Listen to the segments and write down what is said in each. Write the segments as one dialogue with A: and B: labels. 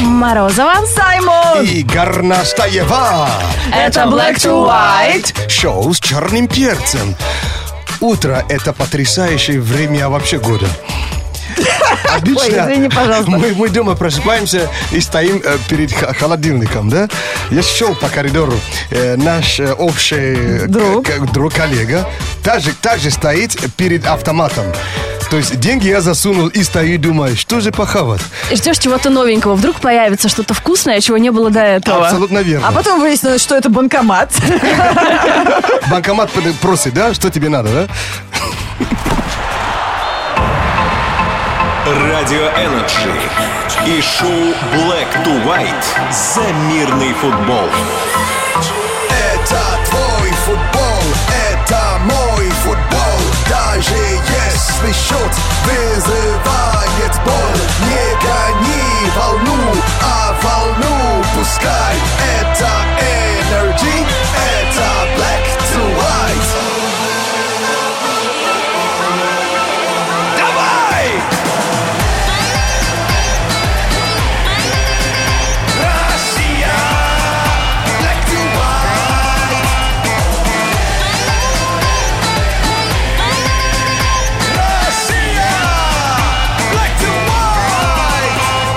A: Морозова.
B: Саймон!
C: И Горнастаева.
B: Это Black to White.
C: Шоу с черным перцем. Утро – это потрясающее время вообще года. Обычно
A: Ой, извини, пожалуйста.
C: Мы, мы дома просыпаемся и стоим э, перед х- холодильником, да? Я шел по коридору, э, наш э, общий э,
A: Друг.
C: к- к- друг коллега также, также стоит перед автоматом. То есть деньги я засунул и стою и думаю, что же похавать?
A: И Ждешь чего-то новенького. Вдруг появится что-то вкусное, чего не было до этого.
C: Абсолютно верно.
B: А потом выяснилось, что это банкомат.
C: Банкомат под- просит, да? Что тебе надо, да?
D: Радио Энерджи и шоу Black to White за мирный футбол.
C: Это твой футбол, это мой футбол. Даже если счет вызывает боль, не гони волну, а волну пускай. Это Energy, это Black to White.
D: Давай! Россия! Black to white! Россия! Black to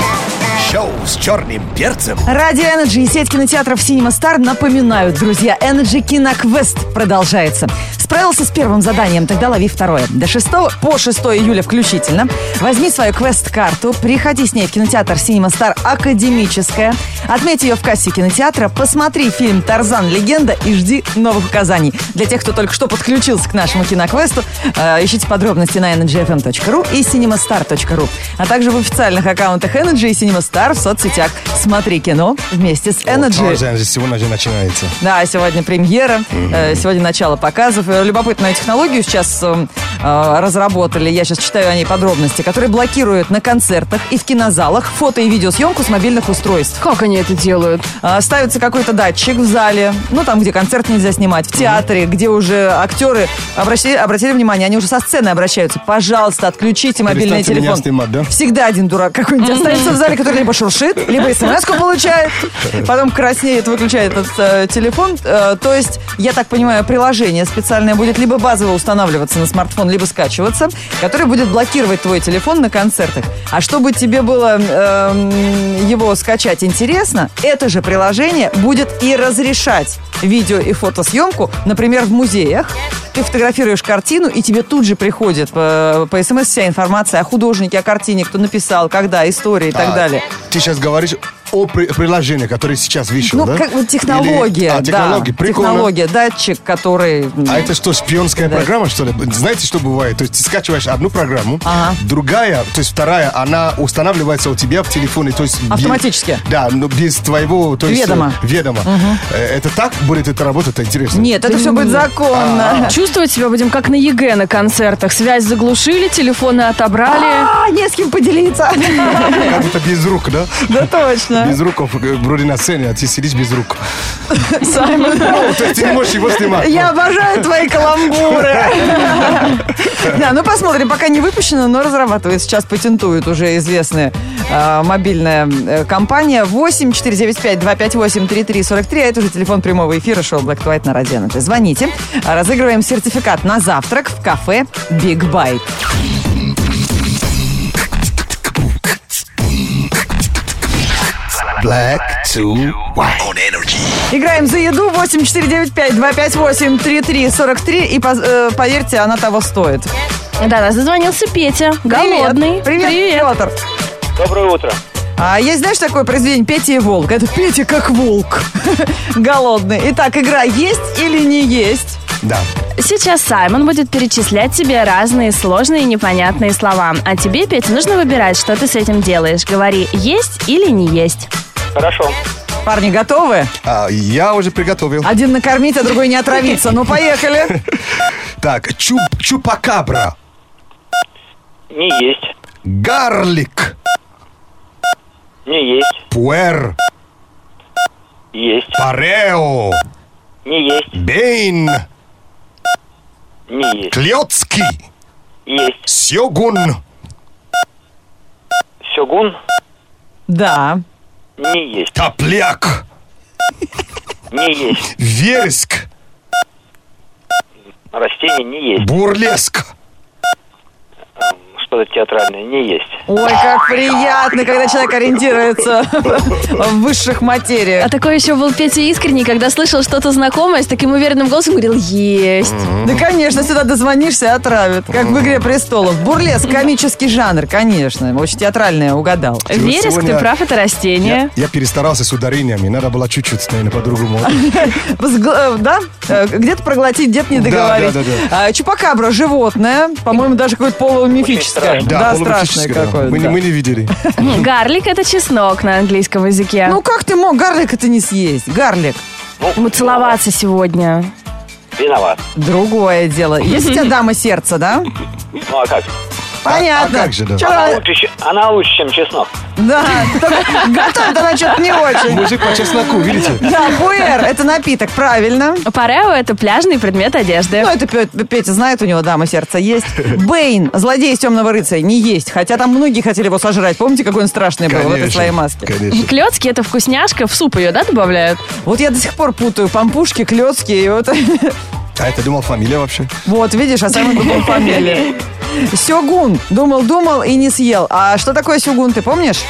D: white!
C: Шоу с черным перцем.
B: Радио Energy и сеть кинотеатров Cinema Star напоминают, друзья, Energy Киноквест продолжается. Справился с первым заданием, тогда лови второе. До 6 по 6 июля включительно. Возьми свою квест-карту, приходи с ней в кинотеатр Cinema Star Академическая, отметь ее в кассе кинотеатра, посмотри фильм «Тарзан. Легенда» и жди новых указаний. Для тех, кто только что подключился к нашему киноквесту, э, ищите подробности на energyfm.ru и cinemastar.ru, а также в официальных аккаунтах Energy и CinemaStar в соцсетях. Смотри кино вместе с Energy.
C: Сегодня же начинается.
B: Да, сегодня премьера, э, сегодня начало показов. Э, Любопытную технологию сейчас э, э, разработали, я сейчас читаю о ней подробности, которые блокируют на концертах и в кинозалах фото и видеосъемку с мобильных устройств.
A: Как они это делают?
B: А, Ставится какой-то датчик в зале, ну там, где концерт нельзя снимать, в театре, где уже актеры обращали, обратили внимание, они уже со сцены обращаются. Пожалуйста, отключите мобильный
C: Перестаньте меня
B: телефон.
C: снимать, да?
B: Всегда один дурак какой-нь остается в зале, который либо шуршит, либо смс получает, потом краснеет, выключает этот э, телефон. Э, то есть, я так понимаю, приложение специальное будет либо базово устанавливаться на смартфон, либо скачиваться, которое будет блокировать твой телефон на концертах. А чтобы тебе было эм, его скачать интересно, это же приложение будет и разрешать видео и фотосъемку, например, в музеях. Ты фотографируешь картину, и тебе тут же приходит э, по смс вся информация о художнике, о картине, кто написал, когда, история и так
C: А,
B: далее.
C: Ты сейчас говоришь о при- приложении, которое сейчас вышел,
B: Ну,
C: да?
B: как вот
C: Или-
B: технология,
C: а, технология,
B: да.
C: прикольно.
B: Технология, датчик, который... м,
C: А это что, шпионская программа, что ли? Знаете, что бывает? То есть ты скачиваешь одну программу,
B: Ага.
C: другая, то есть вторая, она устанавливается у тебя в телефоне. То есть без-
B: Автоматически.
C: да, но без твоего... То есть, э,
B: Ведома.
C: Ведома. Э, Это так будет это работать? Это интересно.
B: Нет, это все будет
C: а,
B: законно.
A: Чувствовать себя будем как на ЕГЭ на концертах. Связь заглушили, телефоны отобрали.
B: А, не с кем поделиться.
C: Как будто без рук, да?
B: Да точно.
C: Без рук, э, вроде на сцене, а ты сидишь без рук.
B: Саймон.
C: Ну, То есть ты не можешь его снимать.
B: Я обожаю твои каламбуры. Да, ну посмотрим, пока не выпущено, но разрабатывает. Сейчас патентует уже известная э, мобильная э, компания 8 495 258 3343. А это уже телефон прямого эфира шоу Black to White на Радио Energy. Звоните. Разыгрываем сертификат на завтрак в кафе Big Bite.
C: Black to white.
B: Играем за еду 8495-258-3343. И, поз- э, поверьте, она того стоит.
A: Да, нас зазвонился Петя. Голодный.
B: Привет, Привет. Петр.
E: Доброе утро.
B: А есть, знаешь, такое произведение «Петя и волк»? Это «Петя как волк». Голодный. Итак, игра «Есть или не есть?»
C: Да.
A: Сейчас Саймон будет перечислять тебе разные сложные и непонятные слова. А тебе, Петя, нужно выбирать, что ты с этим делаешь. Говори, есть или не есть.
E: Хорошо.
B: Парни, готовы?
C: А, я уже приготовил.
B: Один накормить, а другой не отравиться. Ну, поехали.
C: Так, чуп- чупакабра.
E: Не есть.
C: Гарлик.
E: Не есть.
C: Пуэр.
E: Есть.
C: Парео.
E: Не есть.
C: Бейн.
E: Не есть.
C: Клёцкий.
E: Есть.
C: Сёгун.
E: Сёгун.
B: Да.
E: не есть,
C: Топляк.
E: не есть.
C: Вереск.
E: Растение не есть.
C: Бурлеск.
E: Что-то театральное не есть.
B: Ой, как приятно, когда человек ориентируется в высших
A: А
B: материях.
A: такой еще был Петя искренний, когда слышал что-то знакомое, с таким уверенным голосом говорил «Есть».
B: Да, конечно, сюда дозвонишься, отравят. Как в «Игре престолов». Бурлеск, комический жанр, конечно. Очень театральное угадал.
A: Вереск,
C: сегодня-
A: ты прав, это
B: Э?
C: Я,
A: растение.
C: я перестарался с ударениями. Надо было чуть-чуть, наверное, по-другому.
B: Взгл- э, Да? Э, Где-то проглотить, где-то не
C: Да,
B: договорить.
C: да, да,
B: А, Чупакабра, животное. По-моему, даже какое-то полумифическое.
E: Очень
B: Да, страшное
C: полумифическое, да.
B: какое-то.
C: Мы, не-
B: да.
C: мы не видели.
A: М, Гарлик – это чеснок на английском языке.
B: Ну как ты мог гарлик это не съесть? Гарлик.
E: Ну,
A: Мы целоваться сегодня.
E: Виноват.
B: Другое дело. Есть у тебя дама сердца, да?
E: Ну а как?
B: Понятно.
C: а как же, да?
B: Чё,
E: Она лучше, чем- она лучше, чем чеснок.
B: Да, только готовит она что-то не очень.
C: Мужик по чесноку, видите?
B: Да, пуэр – это напиток, правильно.
A: Ну, Парео – это пляжный предмет одежды.
B: Ну, это Пе- Петя знает, у него дама сердца есть. Бэйн, злодей из «Темного рыцаря», не есть. Хотя там многие хотели его сожрать. Помните, какой он страшный был в этой
C: Конечно,
B: своей маске?
C: Конечно.
A: Клёцки – это вкусняшка, в суп ее, да, добавляют?
B: Вот я до сих пор путаю пампушки, клетки и вот...
C: А это думал фамилия вообще?
B: Вот, видишь, а сам думал фамилия. Сёгун. Думал-думал и не съел. А что такое сёгун, ты помнишь?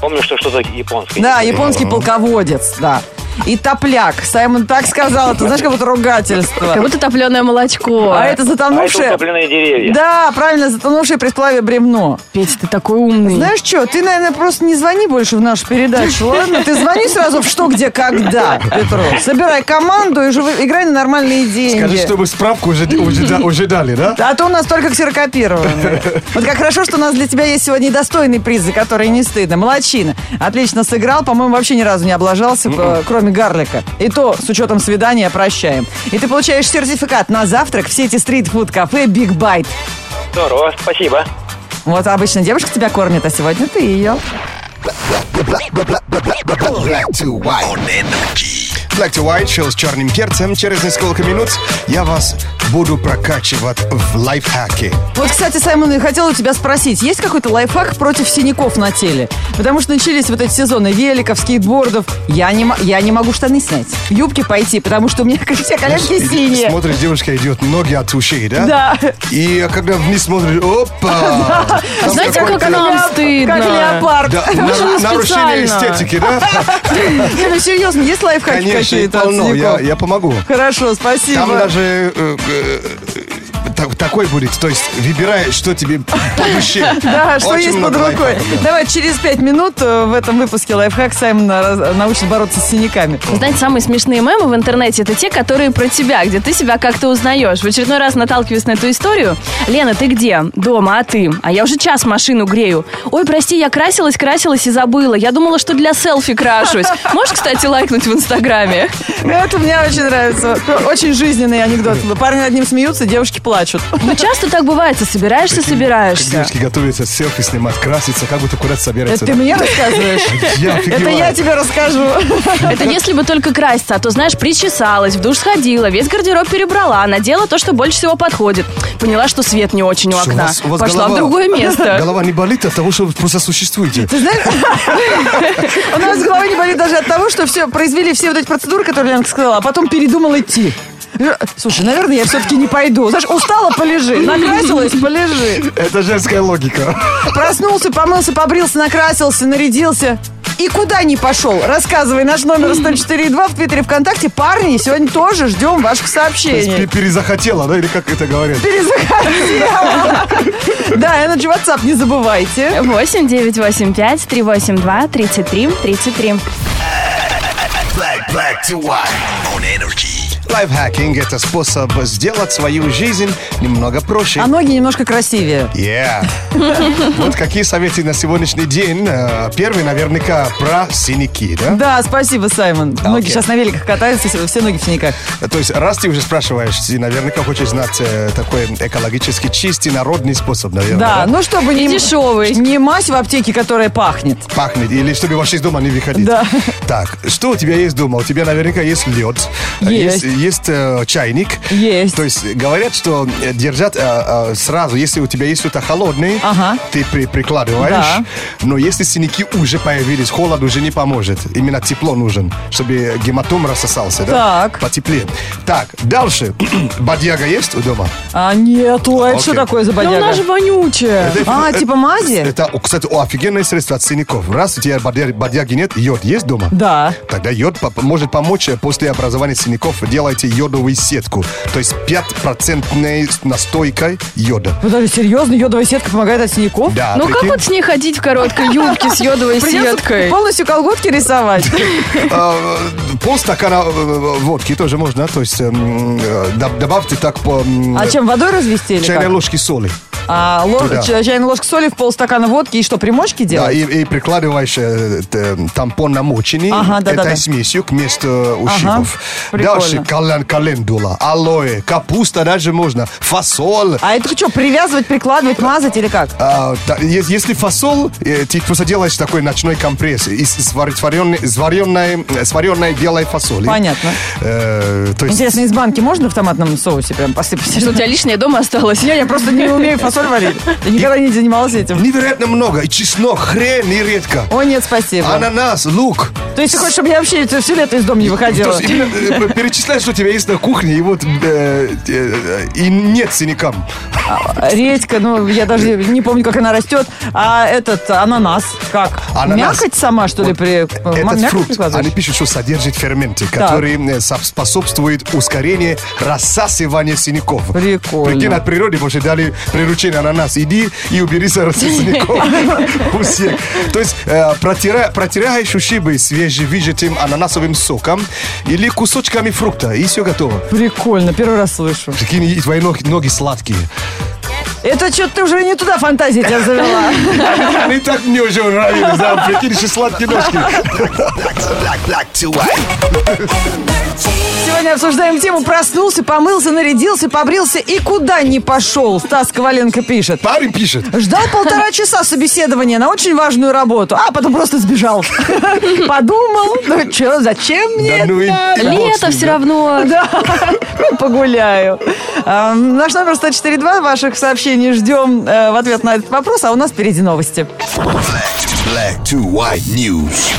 E: Помню, что что-то японское.
B: Да, японский полководец, да. И топляк. Саймон так сказал, это, знаешь, как будто
A: Как
B: ругательство.
A: будто топленое молочко.
B: А это
E: А это
B: затонувшее...
E: утопленные деревья.
B: Да, правильно, затонувшее при сплаве бремно.
A: Петя, ты такой умный.
B: Знаешь что, ты, наверное, просто не звони больше в нашу передачу, ладно? Ты звони сразу в что, где, когда, Петро. Собирай команду и живи- играй на нормальные деньги.
C: Скажи, чтобы справку уже, уже да- уже дали, да?
B: А то у нас только ксерокопированные. Вот как хорошо, что у нас для тебя есть сегодня и достойный приз, за который не стыдно. Молодчина. Отлично сыграл. По-моему, вообще ни разу не облажался, э, кроме гарлика. И то, с учетом свидания, прощаем. И ты получаешь сертификат на завтрак в сети стритфуд-кафе «Биг Байт».
E: Здорово, спасибо.
B: Вот обычно девушка тебя кормит, а сегодня ты ее.
C: Black to White. Black to White, шоу с черным перцем. Через несколько минут я вас буду прокачивать в лайфхаке.
B: Вот, кстати, Саймон, я хотела у тебя спросить, есть какой-то лайфхак против синяков на теле? Потому что начались вот эти сезоны великов, скейтбордов. Я не, мо- я не могу штаны снять, в юбке пойти, потому что у меня все коленки синие.
C: Смотришь, девушка идет, ноги от ушей, да?
B: Да.
C: И когда вниз смотришь, опа! Там
A: Знаете,
C: такой-
A: как нам стыдно?
B: Как леопард.
C: Да,
B: Ну,
C: на-
A: же не
C: нарушение
A: специально.
C: эстетики, да?
B: Не, ну серьезно, есть лайфхаки
C: Конечно, и
B: какие-то от
C: полно. Я,
B: синяков?
C: я помогу.
B: Хорошо,
C: Там
B: спасибо.
C: даже э, э, э, так- такой будет. То есть выбирай, что тебе по душе.
B: Да, что
C: Очень
B: есть под
C: много
B: рукой.
C: лайфхаков, да.
B: Давай через пять минут э, в этом выпуске лайфхак Саймона раз- научит бороться с синяками.
A: Знаете, самые смешные мемы в интернете это те, которые про тебя, где ты себя как-то узнаешь. В очередной раз наталкиваюсь на эту историю. Лена, ты где? Дома, а ты? А я уже час машину грею. Ой, прости, я красилась, красилась и забыла. Я думала, что для селфи крашусь. Можешь, кстати, лайкнуть в Инстаграме?
B: Ну, Это мне очень нравится. Очень жизненный анекдот. Парни над ним смеются, девушки плачут.
A: Ну, часто так бывает, ты собираешься,
C: Как
A: собираешься.
C: девушки готовятся селфи снимать, краситься, как будто куда-то собираются.
B: Это ты
C: да.
B: мне рассказываешь?
C: Я
B: Это
C: офигеваю.
B: я тебе расскажу.
A: Это если бы только краситься, а то, знаешь, причесалась, в душ сходила, весь гардероб перебрала, а надела то, что больше всего подходит. Поняла, что свет не очень у
C: Что, у
A: окна.
C: вас- у вас
A: Пошла в
C: голова-
A: другое место.
C: Голова не болит от того, что вы просто существуете.
B: Ты знаешь, у нас голова не болит даже от того, что все произвели все вот эти процедуры, которые Ленка сказала, а потом передумал идти. Слушай, наверное, я все-таки не пойду. Знаешь, устала, полежи. Накрасилась, полежи.
C: Это женская логика.
B: Проснулся, помылся, побрился, накрасился, нарядился. И куда не пошел? Рассказывай наш номер 104.2 в Твиттере ВКонтакте. Парни, сегодня тоже ждем ваших
C: То есть пе-
B: сообщений.
C: Перезахотела, да, или как это говорят?
B: Перезахотела. Да, Energy WhatsApp не забывайте.
A: 8 9 8 5 3 8 2 33 33.
C: Лайфхакинг – это способ сделать свою жизнь немного проще.
B: А ноги немножко красивее.
C: Yeah. Вот какие советы на сегодняшний день. Э, Первый наверняка про синяки, да?
B: Да, спасибо, Саймон. Многие
C: окей.
B: сейчас на великах катаются, все все ноги в синяках.
C: То есть, раз ты уже спрашиваешь, ты наверняка хочешь знать э, такой экологически чистый народный способ,
B: Да,
C: наверное.
B: ну чтобы не...
A: дешёвый.
B: Не мазь в аптеке, которая пахнет.
C: Пахнет, или чтобы вообще из дома не выходить.
B: Да.
C: Так, что у тебя есть дома? У тебя наверняка есть лед, э,
B: Есть.
C: есть, есть э, чайник.
B: Есть.
C: То есть говорят, что э, держат э, э, сразу, если у тебя есть что-то холодное,
B: Ага.
C: ты при- прикладываешь.
B: Да.
C: Но если синяки уже появились, холод уже не поможет. Именно тепло нужен, чтобы гематом рассосался. Да?
B: Так.
C: Потеплее. Так, дальше. Бодяга есть у дома?
B: А нет, ой, это что
C: Окей.
B: такое за
A: Ну,
B: бодяга?
A: она же вонючая.
B: А, типа мази?
C: Это, о, кстати, о, офигенное средство от синяков. Раз у тебя бодя- бодяги нет, йод есть дома?
B: Да.
C: Тогда йод поп- может помочь э, после образования синяков. Делайте йодовую сетку. То есть 5% настойкой йода.
B: Подожди, серьезно, йодовая сетка помогает от синяков?
C: Да,
A: ну, как
C: А прикинь?
A: вот с ней ходить в короткой юбке с йодовой
B: Придется
A: сеткой?
B: полностью колготки рисовать.
C: Э, полстакана э, водки тоже можно. То есть э, м, э, доб- добавьте так по м,
B: А чем, водой развести или
C: чайной
B: как?
C: ложке соли.
B: А, ло-
C: Туда.
B: ча- чайная ложка соли в полстакана водки и что, примочки
C: Да,
B: делать?
C: и, и прикладываешь э, т- э, тампон намоченный
B: Ага, да, да,
C: этой
B: да.
C: смесью к месту э, ушибов.
B: прикольно.
C: Дальше кален, календула, алоэ, капуста даже можно, фасоль.
B: А это что, привязывать, прикладывать, мазать или как?
C: А, та- е- если фасол, э, ты просто делаешь такой ночной компресс из сваренной, белой фасоли.
B: Понятно.
C: Э, то есть
B: Интересно, из банки можно в томатном соусе прям посыпать?
A: Что у тебя лишнее дома осталось?
B: Я, я просто не умею фасоль варить. Я никогда не занималась этим.
C: невероятно много. И чеснок, хрен и редко.
B: О, нет, спасибо.
C: Ананас, лук.
B: То есть ты хочешь, чтобы я вообще это все лето из дома не
C: То
B: выходила?
C: есть именно, э, перечисляешь, что у тебя есть на кухне, и вот э, э, и нет синякам.
B: Редька, ну, я даже не помню, как она растет. А этот ананас, как?
C: Ананас.
B: Мякоть сама, что ли,
C: Вот
B: при... э,
C: Этот
B: мякоть
C: фрукт,
B: прикладываешь?
C: они пишут, что содержит ферменты, которые э, соб- способствуют ускорению рассасывания синяков.
B: Прикольно.
C: Прикинь, от природы больше дали приручение ананас. Иди и убери сор- синяков у всех. То есть э, протира- протираешь ушибы свежевыжатым ананасовым соком или кусочками фрукта, и все готово.
B: Прикольно, первый раз слышу.
C: Прикинь, и твои ноги, ноги сладкие.
B: Это что ты уже не туда фантазия тебя завела.
C: Они так мне уже нравились, да, прикинь, еще сладкие ножки.
B: Сегодня обсуждаем тему «Проснулся, помылся, нарядился, побрился и куда не пошел». Стас Коваленко пишет.
C: Парень пишет.
B: Ждал полтора часа собеседования на очень важную работу, а потом просто сбежал. Подумал, ну что, зачем мне
C: Да ну и
B: это?
C: ты
B: ну,
C: бог с
A: Лето
C: ним,
A: все
C: да.
A: равно.
B: Погуляю. А, Наш номер 104.2, ваших сообщений ждем э, в ответ на этот вопрос, а у нас впереди новости.
D: Black to white news.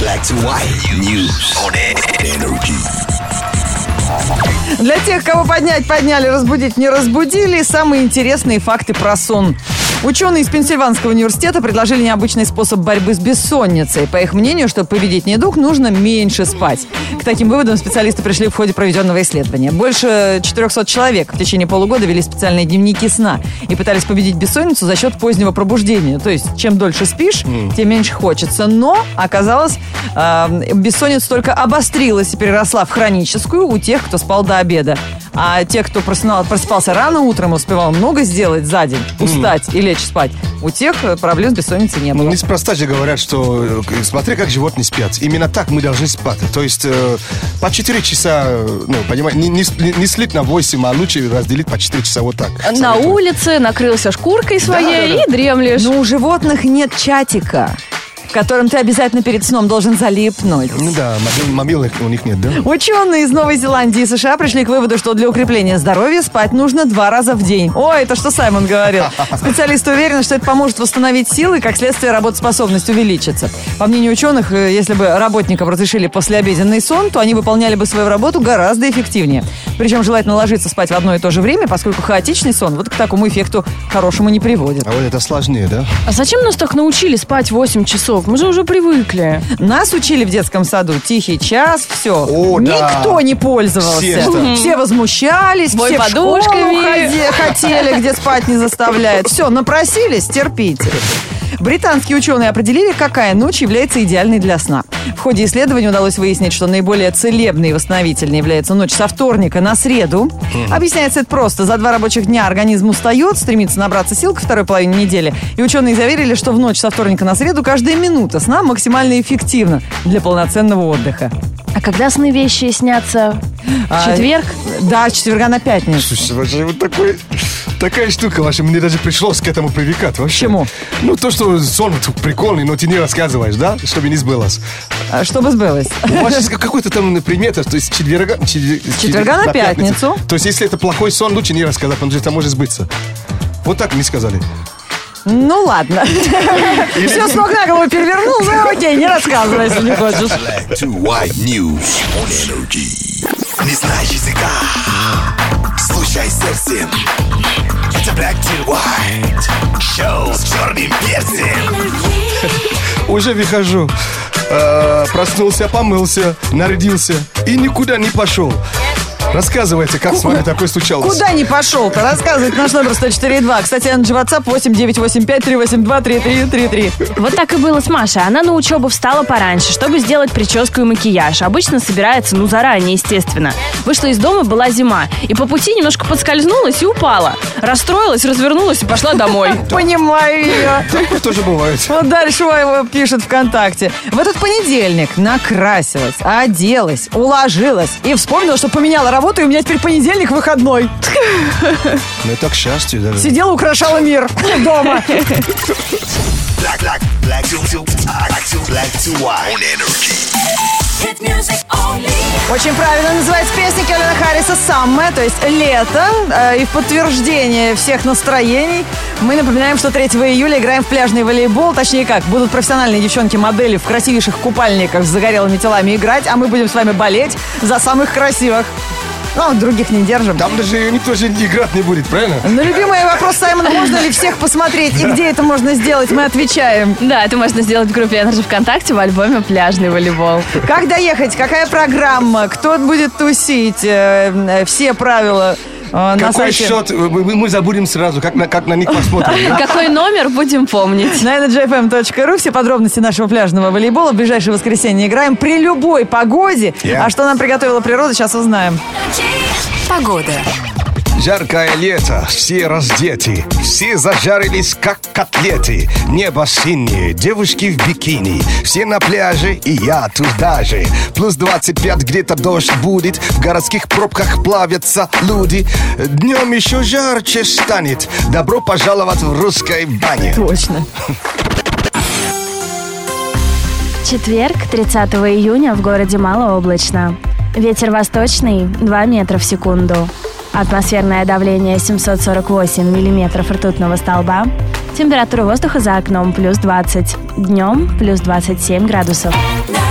D: Black to white news on energy.
B: Для тех, кого поднять, подняли, разбудить, не разбудили, самые интересные факты про сон. Ученые из Пенсильванского университета предложили необычный способ борьбы с бессонницей. По их мнению, чтобы победить недуг, нужно меньше спать. К таким выводам специалисты пришли в ходе проведенного исследования. Больше 400 человек в течение полугода вели специальные дневники сна и пытались победить бессонницу за счет позднего пробуждения. То есть, чем дольше спишь, тем меньше хочется. Но оказалось, э, бессонница только обострилась и переросла в хроническую у тех, кто спал до обеда. А те, кто просынал- просыпался рано утром, успевал много сделать за день, устать и лечь спать, у тех э, проблем с бессонницей не было.
C: Ну, Неспроста же говорят, что э, смотри, как животные спят. Именно так мы должны спать. То есть э, по 4 часа, э, ну, понимаете, не, не с- не- не слить на 8, а лучше разделить по 4 часа вот так.
A: На
C: Советую.
A: улице накрылся шкуркой своей
C: да, Ну, да.
A: и дремлешь.
B: Но у животных нет чатика, в котором ты обязательно перед сном должен залипнуть.
C: Ну да, мобил- мобильных у них нет, да?
B: Ученые из Новой Зеландии и США пришли к выводу, что для укрепления здоровья спать нужно два раза в день. Ой, это что Саймон говорил. Специалисты уверены, что это поможет восстановить силы, и, как следствие, работоспособность увеличится. По мнению ученых, э, если бы работникам разрешили послеобеденный сон, то они выполняли бы свою работу гораздо эффективнее. Причем желательно ложиться спать в одно и то же время, поскольку хаотичный сон вот к такому эффекту хорошему не приводит.
C: А вот это сложнее, да?
A: А зачем нас так научили спать 8 часов? Мы же уже привыкли.
B: Нас учили в детском саду тихий час, все.
C: О, да.
B: Никто не пользовался.
C: Все, да.
B: Все возмущались,
A: Бой
B: все
A: подушками.
B: в школу ходи- хотели, где спать не заставляет. Все, напросились, терпите. Британские ученые определили, какая ночь является идеальной для сна. В ходе исследования удалось выяснить, что наиболее целебной и восстановительной является ночь со вторника на среду. Объясняется это просто. За два рабочих дня организм устает, стремится набраться сил к второй половине недели. И ученые заверили, что в ночь со вторника на среду каждая минута сна максимально эффективна для полноценного отдыха.
A: А когда сны вещи снятся? В
B: А,
A: четверг?
B: Да, с четверга на пятницу.
C: Слушай, вообще вот такой... Такая штука вообще, мне даже пришлось к этому привыкать вообще.
B: Чему?
C: Ну, то, что сон прикольный, но ты не рассказываешь, да? Чтобы не сбылось.
B: А, Чтобы сбылось.
C: У вас сейчас какой-то там примета, то есть с четверга, чет-
B: четверга на пятницу.
C: То есть если это плохой сон, лучше не рассказать, потому что это может сбыться. Вот так мне сказали.
B: Ну ладно. Все с ног на голову перевернул, ну окей, не рассказывай, если не хочешь.
D: Black to white news on energy. Не знаешь языка, слушай сердцем. Это Black to White. Шоу с черным перцем.
C: Уже выхожу. Э, проснулся, помылся, нарядился и никуда не пошел. Рассказывайте, как с вами такое случалось?
B: Куда не пошел-то? Рассказывает наш номер 104.2. Кстати, Анджи WhatsApp 8985-382-3333.
A: Вот так и было с Машей. Она на учебу встала пораньше, чтобы сделать прическу и макияж. Обычно собирается, ну, заранее, естественно. Вышла из дома, была зима. И по пути немножко подскользнулась и упала. Расстроилась, развернулась и пошла домой.
B: Понимаю ее.
C: Такое тоже бывает.
B: Вот дальше его пишет ВКонтакте. В этот понедельник накрасилась, оделась, уложилась и вспомнила, что поменяла работу, и у меня теперь понедельник выходной.
C: Ну, это к счастью даже.
B: Сидела, украшала мир дома.
D: Black, black, black to, to, black to, black to white. On energy.
F: Hit music only.
B: Очень правильно называется песня Келлина Харриса «Саммэ», то есть «Лето». Э, И в подтверждение всех настроений мы напоминаем, что 3 июля играем в пляжный волейбол. Точнее как, будут профессиональные девчонки-модели в красивейших купальниках с загорелыми телами играть, а мы будем с вами болеть за самых красивых. Ну, других не держим.
C: Там даже никто же играть не будет, правильно?
B: На любимый вопрос Саймона, можно ли всех посмотреть и где это можно сделать, мы отвечаем.
A: Да, это можно сделать в группе Energy ВКонтакте в альбоме «Пляжный волейбол».
B: Как доехать? Какая программа? Кто будет тусить? Э, э, Все правила э, на
C: Какой
B: сайте.
C: счет? Мы, мы- мы забудем сразу, как на, как на них посмотрим. да?
A: Какой номер, будем помнить.
B: На energyfm.ru все подробности нашего пляжного волейбола. В ближайшее воскресенье играем при любой погоде.
C: Yeah.
B: А что нам приготовила природа, сейчас узнаем.
C: Жаркое лето, все раздеты, все зажарились, как котлеты. Небо синее, девушки в бикини, все на пляже, и я туда же. Плюс 25 где-то дождь будет, в городских пробках плавятся люди. Днем еще жарче станет, добро пожаловать в русской бане.
B: Точно.
A: Четверг, 30 июня, в городе Малооблачно. Ветер восточный 2 метра в секунду. Атмосферное давление 748 миллиметров ртутного столба. Температура воздуха за окном плюс 20. Днем плюс 27 градусов.
F: На